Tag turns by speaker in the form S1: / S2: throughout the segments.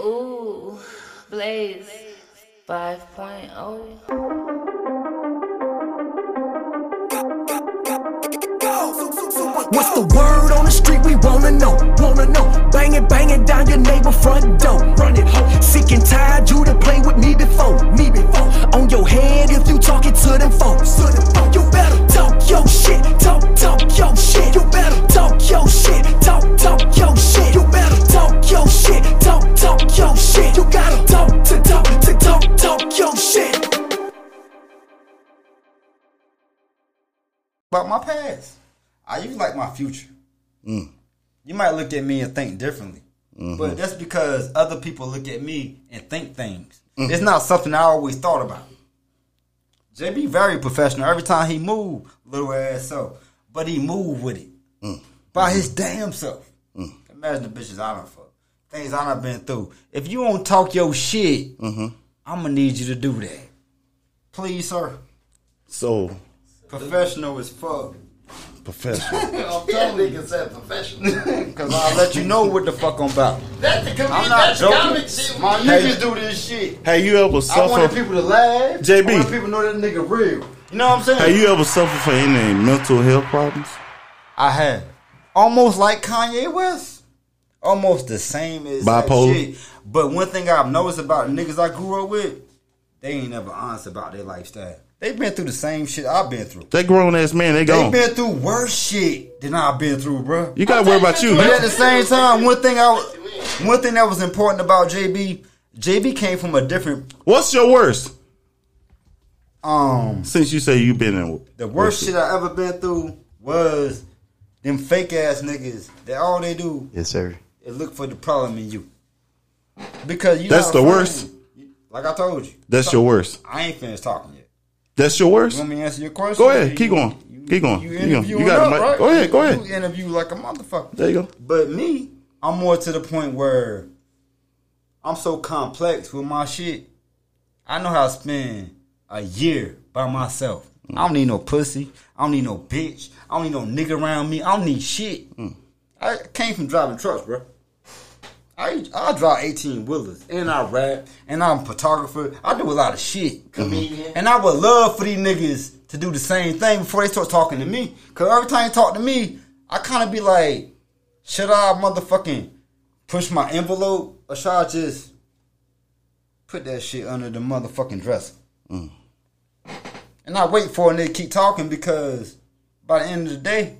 S1: Ooh, Blaze oh. 5.0.
S2: What's the word on the street? We wanna know, wanna know. Bang it, bang it down your neighbor front door. Run it home. Sick and tired, you done played with me before, me before. On your head if you talking to them folks. To them folks. You better talk your shit, talk, talk your shit. You better talk your shit, talk, talk your shit. You better talk your shit, talk, talk your shit. You gotta talk to talk to talk, talk your shit.
S3: about my past. I used to like my future. You might look at me and think differently, but that's because other people look at me and think things. It's not something I always thought about. JB very professional. Every time he moved, little ass so, but he moved with it by his damn self. Imagine the bitches I done fuck, things I done been through. If you don't talk your shit, I'm gonna need you to do that, please, sir.
S4: So
S3: Professional as fuck.
S4: professional.
S5: I'm telling niggas that professional.
S3: Cause I'll let you know what the fuck I'm about.
S5: That's the comedian.
S3: I'm not
S5: That's the
S3: joking.
S5: comic shit.
S3: My
S4: Hey.
S3: niggas do this shit.
S4: hey, you ever
S3: I wanted
S4: suffer?
S3: people to laugh.
S4: JB.
S3: I wanted people to know that nigga real. You know what I'm saying?
S4: Hey, you ever suffer for any mental health problems?
S3: I have almost like Kanye West, almost the same as that
S4: Bipolar?
S3: shit. But one thing I've noticed about the niggas I grew up with, they ain't never honest about their lifestyle. They been through the same shit I've been through.
S4: That grown ass man,
S3: They
S4: they gone.
S3: been through worse shit than I've been through, bruh.
S4: You gotta worry about you.
S3: But at the same time, one thing I, one thing that was important about JB, JB came from a different
S4: What's your worst?
S3: um
S4: Since you say you've been in
S3: The worst shit I ever been through was them fake ass niggas that all they do
S5: Yes, sir.
S3: is look for the problem in you. Because you
S4: That's
S3: not
S4: the
S3: afraid.
S4: worst.
S3: Like I told you.
S4: That's your worst.
S3: I ain't finished talking yet.
S4: That's your
S3: You
S4: worst.
S3: want me to answer your question?
S4: Go ahead. Keep going. Keep going. Keep going. You
S3: interviewing
S4: got a mic. Go ahead. Go ahead.
S3: You interview like a motherfucker.
S4: There you go.
S3: But me, I'm more to the point where I'm so complex with my shit. I know how to spend a year by myself. I don't need no pussy. I don't need no bitch. I don't need no nigga around me. I don't need shit. I came from driving trucks, bro. I I drive 18 wheelers and I rap and I'm a photographer. I do a lot of shit.
S5: Comedian.
S3: And I would love for these niggas to do the same thing before they start talking to me. Cause every time they talk to me, I kind of be like, should I motherfucking push my envelope or should I just put that shit under the motherfucking dresser? Mm. And I wait for a nigga to keep talking because by the end of the day,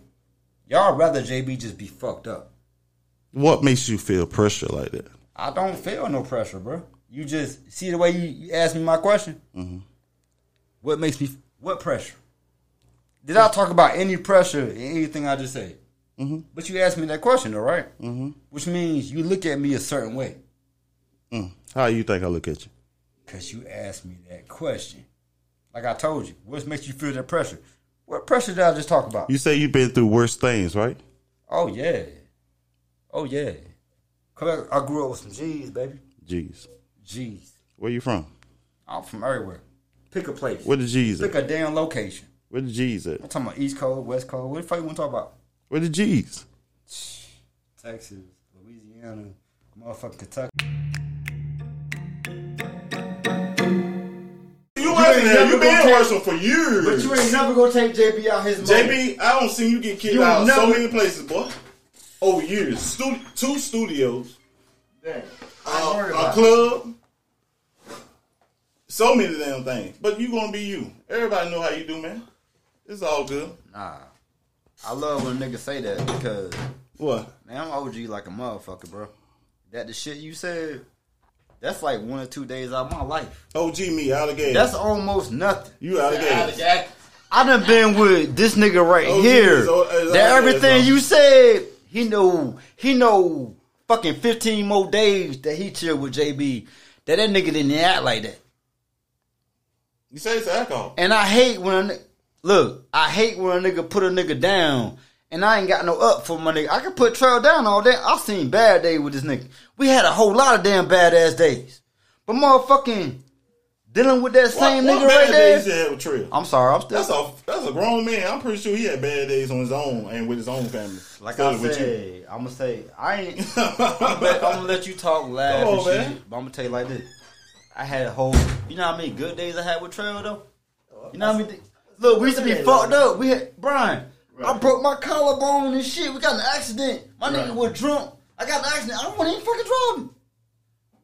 S3: y'all rather JB just be fucked up.
S4: What makes you feel pressure like that?
S3: I don't feel no pressure, bro. You just see the way you, you asked me my question. What makes me? What pressure? Did I talk about any pressure in anything I just said? But you asked me that question, though, right? Mm-hmm. Which means you look at me a certain way
S4: How you think I look at you?
S3: because you asked me that question. Like I told you, what makes you feel that pressure? What pressure did I just talk about?
S4: You say you've been through worse things, right?
S3: oh yeah, oh yeah. Cause I, I grew up with some G's, baby.
S4: Jeez.
S3: G's.
S4: Where you from?
S3: I'm from everywhere. Pick a place.
S4: Where the G's
S3: Pick
S4: at?
S3: a damn location.
S4: Where the G's at?
S3: I'm talking about East Coast, West Coast. What the fuck you want to talk about?
S4: Where the G's?
S3: Texas, Louisiana, motherfucking Kentucky.
S4: You,
S3: ain't never gonna take-
S4: for years.
S3: But you ain't never gonna take JB out his moment.
S4: JB, I don't see you get kicked
S3: You
S4: out so
S3: never-
S4: many places, boy. Over years, Stu- two studios,
S3: Damn.
S4: uh,
S3: worried
S4: a
S3: about
S4: club, so many damn things. But you gonna be you. Everybody know how you do, man. It's all good.
S3: Nah. I love when niggas say that because
S4: What?
S3: man, I'm OG like a motherfucker, bro. That the shit you said, that's like one or two days out of my life.
S4: OG me out of gas.
S3: That's almost nothing.
S4: you out of gas.
S5: Yeah.
S3: I done been with this nigga right
S4: Oh,
S3: here.
S4: he's all- he's all
S3: that everything
S4: good,
S3: you said, he know, he know fucking 15 more days that he chilled with JB. That that nigga didn't act like that.
S4: You say it's alcohol.
S3: And I hate when a, ni- look, I hate when a nigga put a nigga down and I ain't got no up for my nigga. I can put trail down all day. I seen bad days with this nigga. We had a whole lot of damn badass days. But motherfucking Dealing with that same
S4: what,
S3: nigga
S4: what bad
S3: right there. Oh.
S4: days you had with Trill?
S3: I'm sorry, I'm still.
S4: That's a that's a grown man. I'm pretty sure he had bad days on his own and with his own family.
S3: like
S4: Instead
S3: I
S4: of with you.
S3: said, I'm gonna say I ain't. I'm, gonna, I'm gonna let you talk laugh
S4: Come on,
S3: and
S4: man.
S3: shit. But I'm gonna tell you like this. I had a whole. You know how many good days I had with Trail though. You know how many. Look, we used to be fucked up. We had Brian. I broke my collarbone and shit. We got in an accident. My nigga
S4: Right.
S3: was drunk. I got in an accident. I wasn't even fucking driving.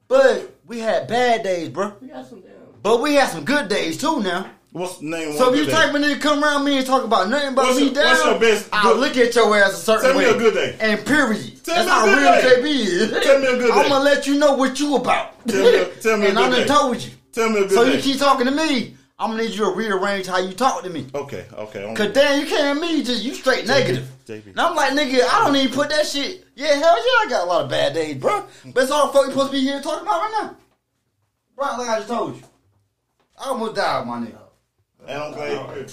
S3: But we had bad days, bro.
S5: You got some damn.
S3: But we had some good days too. Now.
S4: What's the name? of
S3: So
S4: one
S3: if you
S4: good
S3: type
S4: day?
S3: a nigga come around me and talk about nothing but
S4: What's
S3: me
S4: your-
S3: down,
S4: what's your best
S3: I'll
S4: good-
S3: look at your ass a certain
S4: Tell me
S3: way.
S4: a good day.
S3: And period.
S4: Tell
S3: That's
S4: me a
S3: how
S4: good day.
S3: real JB is.
S4: Tell me a good
S3: I'm
S4: day.
S3: gonna let you know what you about.
S4: Tell me a- tell me a
S3: and
S4: good
S3: I done
S4: day.
S3: told you.
S4: Tell me a good
S3: so
S4: day.
S3: you keep talking to me, I'm gonna need you to rearrange how you talk to me.
S4: okay, okay. I'm-
S3: Cause damn, you came at me just you straight negative.
S4: JB.
S3: And I'm like, nigga, I don't even put that shit. Yeah, hell yeah, I got a lot of bad days, bro. But it's all the fuck you supposed to be here talking about right now. Right, like I just told you. I almost died, my nigga.
S4: And I'm glad. you could.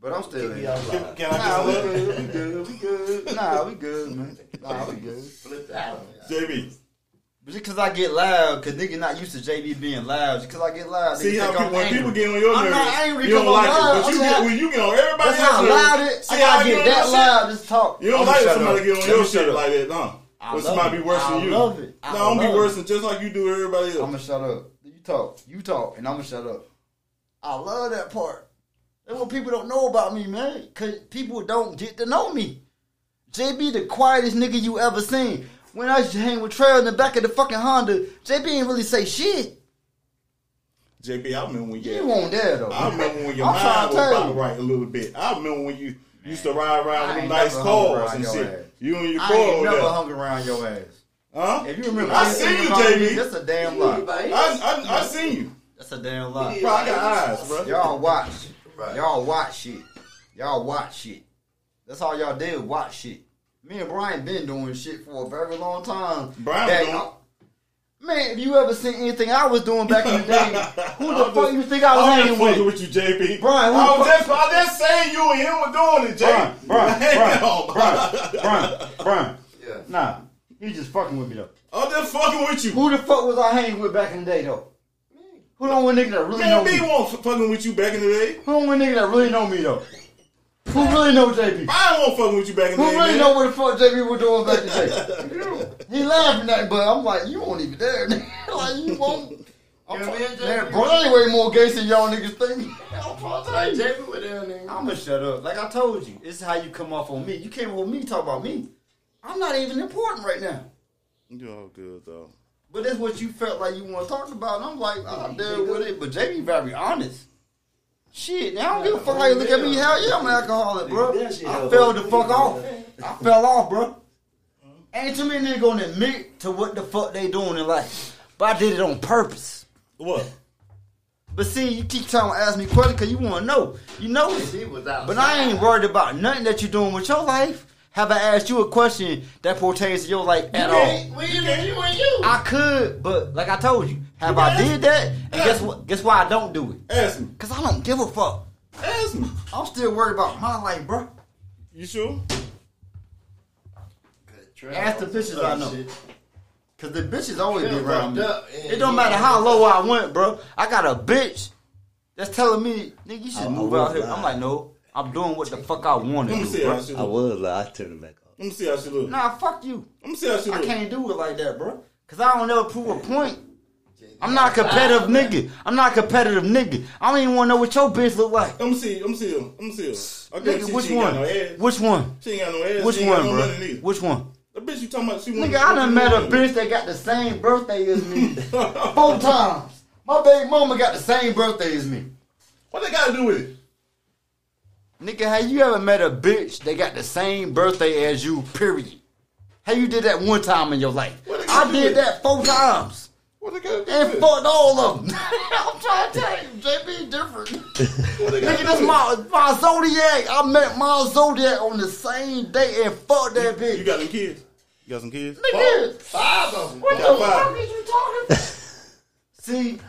S3: But I'm still here.
S4: Can, can I get
S3: Nah,
S4: some
S3: we
S4: love?
S3: good. We good. We good. Nah, we good, man. Nah, we good.
S5: Flip that.
S4: JB.
S3: But just cause I get loud, cause nigga not used to JB being loud. Just cause I get loud,
S4: See
S3: nigga
S4: how
S3: think
S4: people,
S3: I'm
S4: when
S3: angry.
S4: people get on your
S3: I'm
S4: nerves,
S3: not angry
S4: you don't
S3: because
S4: like
S3: I'm loud.
S4: it. But
S3: I'm
S4: you get,
S3: not-
S4: when you get on everybody
S3: That's how
S4: else's
S3: loud
S4: nerves,
S3: it.
S4: see
S3: I
S4: how
S3: gotta
S4: you
S3: get
S4: get on
S3: that
S4: your shit?
S3: loud. Just talk.
S4: You don't
S3: I'ma
S4: like
S3: shut
S4: somebody
S3: up.
S4: get
S3: Let
S4: on your
S3: me shut
S4: shit
S3: up.
S4: like that, huh?
S3: I
S4: Or
S3: love
S4: somebody
S3: it.
S4: be worse
S3: I
S4: than you.
S3: love it. I
S4: No, I'm be
S3: love
S4: worse
S3: it.
S4: than just like you do everybody
S3: I'ma
S4: else.
S3: shut up. You talk. You talk, and I'ma shut up. I love that part. That's what people don't know about me, man. Cause people don't get to know me. JB the quietest nigga you ever seen. When I used to hang with Trail in the back of the fucking Honda, JB ain't really say shit.
S4: JB, I remember when you.
S3: You won't dare though.
S4: I remember when your
S3: I'm trying
S4: mind
S3: to
S4: was
S3: tell
S4: about
S3: you.
S4: right a little bit. I remember when you used to ride around
S3: I
S4: with them
S3: ain't
S4: nice
S3: never hung
S4: cars
S3: around
S4: and
S3: your
S4: shit.
S3: ass.
S4: You and your
S3: I ain't
S4: car
S3: never
S4: over
S3: hung around your ass.
S4: there. Huh?
S3: If you remember,
S4: I
S3: this
S4: seen
S3: nigga
S4: you,
S3: called me-
S4: JB.
S3: That's a damn lie.
S5: Anybody else?
S4: I, I, I seen you.
S3: That's a damn lie.
S4: Bro, I got eyes, bro.
S3: Y'all watch.
S5: Right.
S3: Y'all watch shit. Y'all watch shit. That's all y'all did. Watch shit. Me and Brian been doing shit for a very long time.
S4: Brian
S3: That-
S4: doing-
S3: Man, if you ever seen anything I was doing back in the day, who the fuck you think I was
S4: I'm
S3: hanging
S4: just
S3: with?
S4: fucking with you, JP.
S3: Brian, who
S4: I
S3: the
S4: was
S3: fuck-
S4: just, I just saying you and him were doing it,
S3: Brian,
S4: JP.
S3: Brian,
S4: Hang
S3: Brian,
S4: on.
S3: Brian, Brian, Brian.
S5: Yeah.
S3: Nah, he just fucking with me though.
S4: I'm just fucking with you.
S3: Who the fuck was I hanging with back in the day though? Who the one nigga that really know
S4: Man,
S3: me?
S4: B won't fucking with you back in the day.
S3: Who the one nigga that really know me though? Who really know JP?
S4: Brian won't fucking with you back in the
S3: Who
S4: day.
S3: really
S4: man.
S3: know what the fuck JB was doing back in the day? he laughing at me, but I'm like, you won't even dare. like, you won't. I'm
S5: Yeah,
S3: try-
S5: me and
S3: man,
S5: JB.
S3: bro, I ain't way more gay than y'all niggas think. I'm trying to tell
S5: Like
S3: you.
S5: JB with them niggas.
S3: I'm gonna shut up. Like I told you, this is how you come off on me. You came with me, talk about me. I'm not even important right now.
S4: You all good though.
S3: But that's what you felt like you want to talk about. And I'm like, I'm dead with it. But JB very honest. Shit, now I don't give a fuck how you look at me. Hell yeah, I'm an alcoholic, bro. I fell the fuck off. I fell off, bro. Ain't too many niggas gonna admit to what the fuck they doing in life. But I did it on purpose.
S4: What?
S3: But see, you keep trying to ask me questions because you want to know. You know this.
S5: He was outside.
S3: But I ain't worried about nothing that you're doing with your life. Have I asked you a question that pertains to your life at all?
S5: We you and you and you.
S3: I could, but like I told you, have I did that? And guess what? Guess why I don't do it?
S4: Ask me.
S3: Cause I don't give a fuck.
S4: Ask me.
S3: I'm still worried about my life, bro.
S4: You sure?
S5: Good trap.
S3: Ask the bitches I know.
S5: Oh, Shit.
S3: Cause the bitches always be
S5: Yeah,
S3: around me.
S5: fucked up. Yeah,
S3: It don't
S5: yeah.
S3: matter how low I went, bro. I got a bitch that's telling me, nigga, you should move out here. I'm like, no, I'm doing what the fuck I want to
S4: Let me
S3: do,
S4: see how
S3: bro.
S4: she
S6: I
S4: look.
S6: was like, I turned it back off.
S4: Let me see how she look.
S3: Nah, fuck you.
S4: Let me see how she
S3: I
S4: look.
S3: can't do it like that, bro. Cause I don't ever prove a point. I'm not a competitive
S4: Ah.
S3: nigga. I'm not a competitive nigga. I don't even want to know what your bitch look like.
S4: Let me see. Let me see her. Let me see her. I guarantee
S3: Nigga, which
S4: she ain't got
S3: one?
S4: no ass.
S3: Which one?
S4: She ain't got no ass.
S3: Which
S4: she ain't
S3: one,
S4: got no
S3: bro?
S4: money neither.
S3: Which one?
S4: The bitch you talking about? She
S3: Nigga, I done met a bitch that got the same birthday as me four times. My baby mama got the same birthday as me.
S4: What they got to do with it?
S3: Nigga, have you ever met a bitch that got the same birthday as you? Period. How you did that one time in your life?
S4: What they
S3: I
S4: gotta do
S3: did
S4: with-
S3: that four times.
S4: What they got to do?
S3: and
S4: with it?
S3: fucked all of them. I'm trying to tell you, JB different.
S4: What they got
S3: Nigga,
S4: to
S3: this
S4: do with
S3: my my zodiac. I met my zodiac on the same day and fucked that
S4: it? You
S3: bitch.
S4: got some kids? You got some kids?
S3: Nigga,
S5: Five of them.
S3: what
S4: got
S3: the fuck
S4: five.
S3: is you talking? about? See,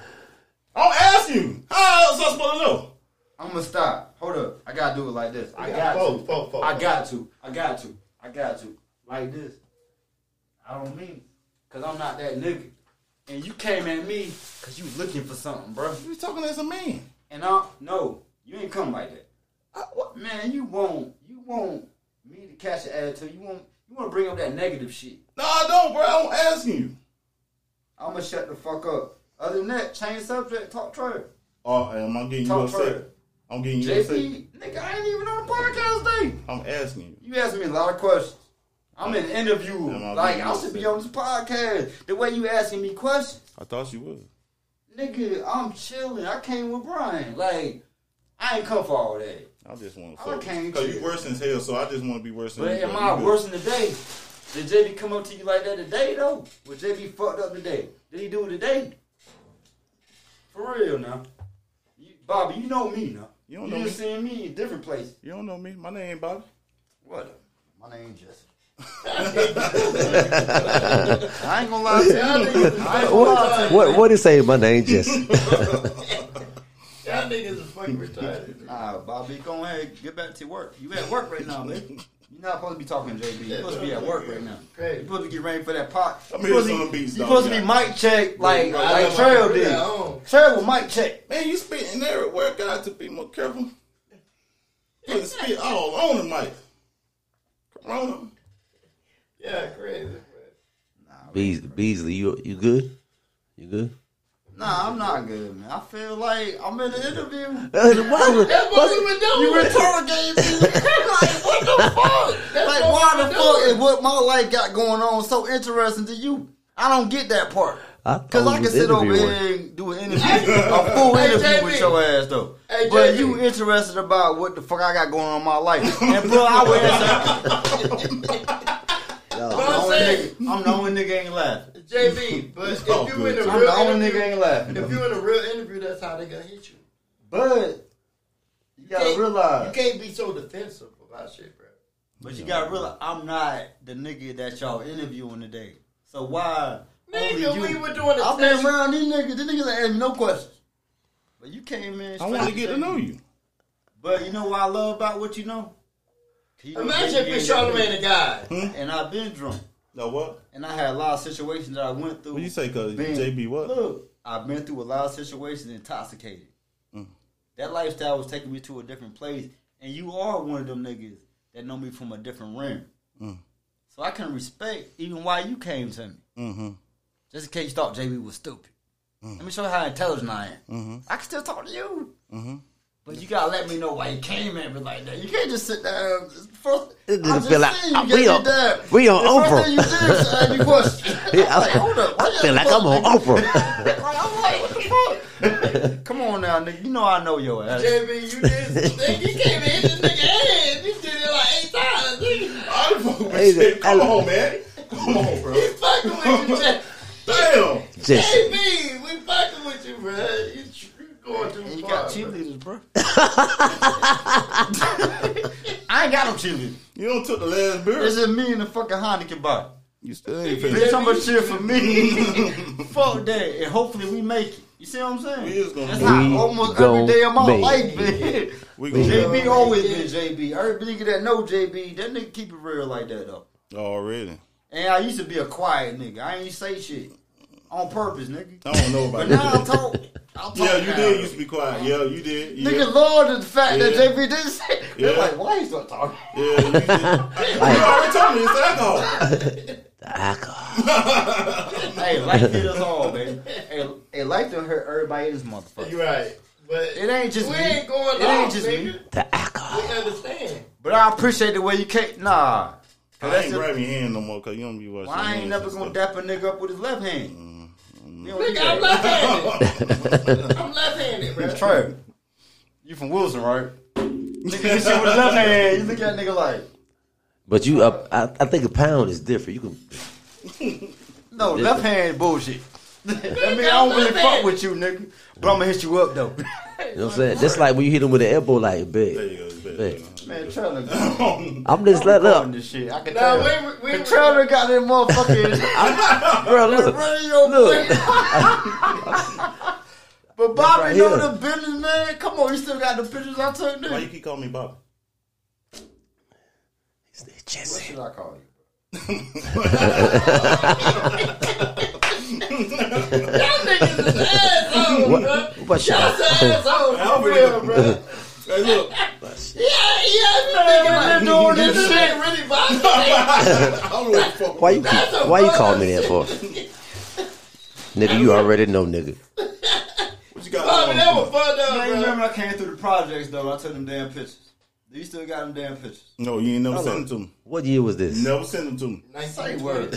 S4: I'm asking you. How else I supposed to know?
S3: I'm gonna stop. Hold up, I gotta do it like this. I got
S5: four,
S3: to.
S5: four, four,
S3: I
S5: four.
S3: got to. I got to. I got to. Like this. I don't mean, cause I'm not that nigga. and you came at me because you looking for something, bro.
S4: You talking as a man.
S3: And I no, you ain't come like that. I- what- man, you want you want me to catch an attitude. You want you want to bring up that negative shit.
S4: No, I don't, bro. I'm asking you.
S3: I'ma shut the fuck up. Other than that, change subject, talk trash.
S4: Oh, am I getting you
S3: Talk
S4: upset?
S3: further.
S4: I'm getting you upset.
S3: JP, nigga, I ain't even on the podcast day.
S4: I'm asking you.
S3: You asking me a lot of questions. I'm an interview.
S4: I'm not
S3: Like
S4: being
S3: I should be
S4: upset.
S3: on this podcast. The way you asking me questions.
S4: I thought you was.
S3: Nigga, I'm chilling. I came with Brian. Like, I ain't come for all that.
S4: I just want to
S3: I can't
S4: Because you
S3: tell.
S4: worse than hell, so I just want to be worse than
S3: But
S4: you.
S3: am
S4: You
S3: I
S4: good.
S3: worse than today? Did JB come up to you like that today though? Was JB fucked up today? Did he do it today? For real now. You, Bobby, you know me now.
S4: You don't know me.
S3: seen me in different places.
S4: You don't know me. My name ain't Bobby.
S3: What? My name Jesse. I ain't gonna lie to you. I ain't gonna lie to you.
S6: What what is say my name Jesse?
S5: Y'all niggas is fucking retarded.
S3: Nah, Bobby, go ahead, get back to work. You at work right now, man. You're not supposed to be talking, JB. You're supposed to be at work right now.
S5: Hey.
S3: You're supposed to get ready for that pot.
S4: I'm
S3: You're
S4: here
S3: supposed to
S4: on
S3: be-
S4: the beats,
S3: You're
S4: dog.
S3: supposed to be mic check like
S5: I
S3: like
S5: got my
S3: Trail
S5: career
S3: did.
S5: at home.
S3: Trail with mic check.
S4: Man, you spitting everywhere. Got to be more careful. You can spit all on the mic. Corona.
S5: Yeah, crazy. man.
S6: Beasley, Beasley, you you good? You good?
S3: Nah, I'm not good, man. I feel like I'm in an interview.
S6: Why would-
S5: That's what we been doing.
S3: You interrogating me like what the fuck?
S5: That's
S3: like
S5: what
S3: why
S5: we
S3: the
S5: doing.
S3: fuck is what my life got going on so interesting to you? I don't get that part.
S6: I
S3: Cause
S6: thought
S3: I
S6: we
S3: can
S6: was
S3: sit over
S6: interviewing.
S3: here and do an interview, a full
S5: Hey,
S3: interview
S5: JB.
S3: with your ass though.
S5: Hey,
S3: but
S5: JB.
S3: you interested about what the fuck I got going on in my life? And bro, I will answer.
S5: But I'm
S3: I'm, the only
S5: saying,
S3: nigga, I'm the only nigga ain't laughing.
S5: JB, but if
S4: Oh,
S5: you in
S4: good.
S5: a
S3: I'm the
S5: real
S3: only nigga
S5: interview,
S3: ain't laughing.
S5: if you in a real interview, that's how they gonna hit you.
S3: But you gotta
S5: Can't-
S3: realize.
S5: you can't be so defensive about shit, bro.
S3: But you gotta realize I'm not the nigga that y'all interviewing today. So why?
S5: Nigga,
S3: only
S5: we
S3: you-
S5: were doing a
S3: I've been
S5: test-
S3: around these niggas. These niggas ain't ask me no questions. But you came in.
S4: I
S3: straight
S4: want to get to know you.
S3: But you know what I love about what you know? You know,
S5: Imagine
S3: JB
S5: if
S3: ain't
S5: Charlamagne the guy.
S3: that- And I've been drunk,
S4: No what?
S3: and I had a lot of situations that I went through.
S4: What you say? Cause
S3: Being-
S4: JB what?
S3: Look, I've been through a lot of situations intoxicated.
S6: Mm.
S3: That lifestyle was taking me to a different place, and you are one of them niggas that know me from a different realm.
S6: Mm.
S3: So I can respect even why you came to me.
S6: Mm-hmm.
S3: Just in case you thought JB was stupid.
S6: Mm.
S3: Let me show you how intelligent I am.
S6: Mm-hmm.
S3: I can still talk to you. But you gotta let me know why you came at me like that. You can't just sit down. First, I
S6: It
S3: just
S6: feel like,
S3: seen you
S6: uh,
S3: get
S6: we
S3: me
S6: on-
S3: down.
S6: we on
S3: The first
S6: Oprah.
S3: thing you did was ask me questions. I'm like, hold up, why
S6: I
S3: you
S6: feel like
S3: ask
S6: I'm on
S3: questions?
S6: Oprah.
S3: Like, I'm like, what the fuck? Come on now, nigga. You know I know your ass.
S5: JB, you did something. You came and hit this nigga head. You did it like eight times. nigga.
S4: I fuck with
S6: Hey,
S4: shit.
S6: the-
S4: Come on, man. Come on, bro.
S5: We fucking with you, J-
S4: Damn.
S6: Jesse.
S5: JB. We fucking with you, bro. You, tr- you going too
S3: And you
S5: far.
S3: got
S5: bro.
S3: cheerleaders, bro. I ain't got no cheerleaders.
S4: You don't took the last beer.
S3: It's just me and the fucking Heineken bottle.
S4: You still ain't finished.
S3: Bitch, how much cheer for me? Fuck that. And hopefully we make it. You see what I'm saying?
S4: We is gonna
S3: That's
S4: make
S3: how
S6: it.
S3: almost
S6: We
S3: every day of my
S6: gonna
S3: life
S6: make
S3: been.
S4: We gonna
S3: JB always been JB. Every nigga that know JB, that nigga keep it real like that though.
S4: already.
S3: And I used to be a quiet nigga. I ain't say shit on purpose, nigga.
S4: I don't know
S3: But
S4: about
S3: now
S4: that.
S3: I talk. I talk
S4: Yeah, you
S3: now.
S4: did. used to be quiet. Yeah, you did. Yeah,
S3: Niggas love the fact that
S4: Yeah.
S3: JB did say. They're
S4: Yeah.
S3: like, why he start talking?
S4: yeah you did. you already told me it's alcohol.
S3: hey, life hit us all, man. Hey, hey, life done hurt everybody in this motherfucker.
S5: You right. But
S3: It ain't just
S5: we
S3: me.
S5: ain't going
S3: It
S5: off,
S3: ain't just
S5: nigga.
S3: me.
S6: The alcohol.
S5: We understand.
S3: But I appreciate the way you came. Nah.
S4: I
S3: That's
S4: ain't
S3: it.
S4: grabbing your hand no more because you don't be watching.
S3: Well, I ain't never gonna dap a nigga up with his left hand. You don't do
S5: Nigga,
S3: that.
S5: I'm left-handed. I'm left-handed, bro.
S3: Trey, you from Wilson, right? Nigga, this shit with his left hand. You look at that nigga like,
S6: But you, uh, I, I think a pound is different. You can,
S3: no, left hand bullshit. that mean I
S5: I'm
S3: don't really fuck
S5: left-handed.
S3: with you, nigga. But I'm gonna hit you up though.
S6: you know what I'm saying? Just like when you hit him with an elbow, like,
S4: There
S6: big.
S4: you go. It's
S6: Hey.
S4: better.
S3: Man, Trey,
S6: I'm just let
S3: on
S6: up.
S3: this shit. I can
S5: Nah,
S3: tell.
S5: we, we,
S3: The trailer got that motherfucking
S6: Bro, listen.
S3: radio
S6: Look.
S3: play. but Bobby
S6: Right
S3: know
S6: here.
S3: the business, man. Come on, you still got the pictures I took,
S4: Why you
S3: nigga.
S4: keep calling me Bob?
S3: What should I call you?
S5: Oh,
S6: What's your
S5: That's an asshole.
S4: I'm
S5: for
S4: really-
S5: real, bro.
S4: Hey, look.
S5: Yeah, yeah, I've been thinking about
S4: doing this shit.
S5: Really vibing.
S4: I don't know what the fuck.
S6: Why you
S5: That's a
S6: why you
S5: bull-
S6: call me that for? nigga, you already know, nigga.
S4: What you got
S5: I mean, that was
S4: on?
S3: I
S5: fun though, bro.
S3: remember I came through the projects though. I took them damn pictures. Do you still got them damn pictures?
S4: No, you ain't never sent them to me.
S6: What year was this?
S4: Never sent them to me.
S3: Say word.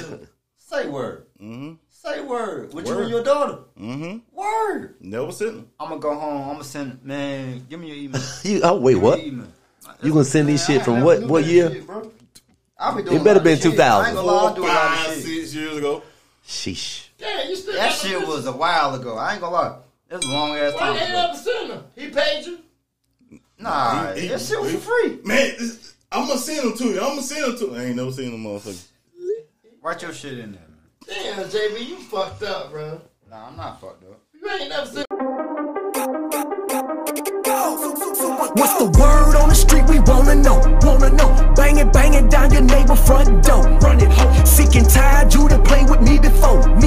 S3: Say word.
S4: Mm-hmm.
S3: Say word. With you
S4: Word.
S3: and your daughter.
S4: Mm-hmm.
S3: Word.
S4: Never sent them.
S3: I'm gonna go home. I'm gonna send man. Give me your email.
S6: You, oh wait,
S3: Give me
S6: what?
S3: your email.
S6: You gonna send these shit from what what year?
S3: I been
S6: It
S3: doing.
S6: better
S3: a lot of
S6: been
S3: shit. I
S6: 2000.
S3: ain't gonna lie, I
S4: Four,
S3: do a lot of
S4: five,
S3: shit.
S4: six years ago.
S6: Sheesh.
S5: Yeah, you still
S3: That
S5: got them
S3: shit
S5: bitches.
S3: was a while ago. I ain't gonna lie. It was a long ass
S5: Why
S3: time.
S5: they ain't
S3: Ago.
S5: up send them? He paid you.
S3: Nah, that shit was for free.
S4: Man, this, I'm gonna send them to you. I'm gonna send them to you. I ain't never seen them, motherfucker.
S3: Write your shit in there. Man.
S5: Damn, JB, you fucked up, bro.
S3: Nah, I'm not fucked up.
S5: You ain't never seen.
S2: What's the word on the street? We wanna know, wanna know. Bang it, bang it down your neighbor front door. Run it home. Sick and tired, you to play with me before, me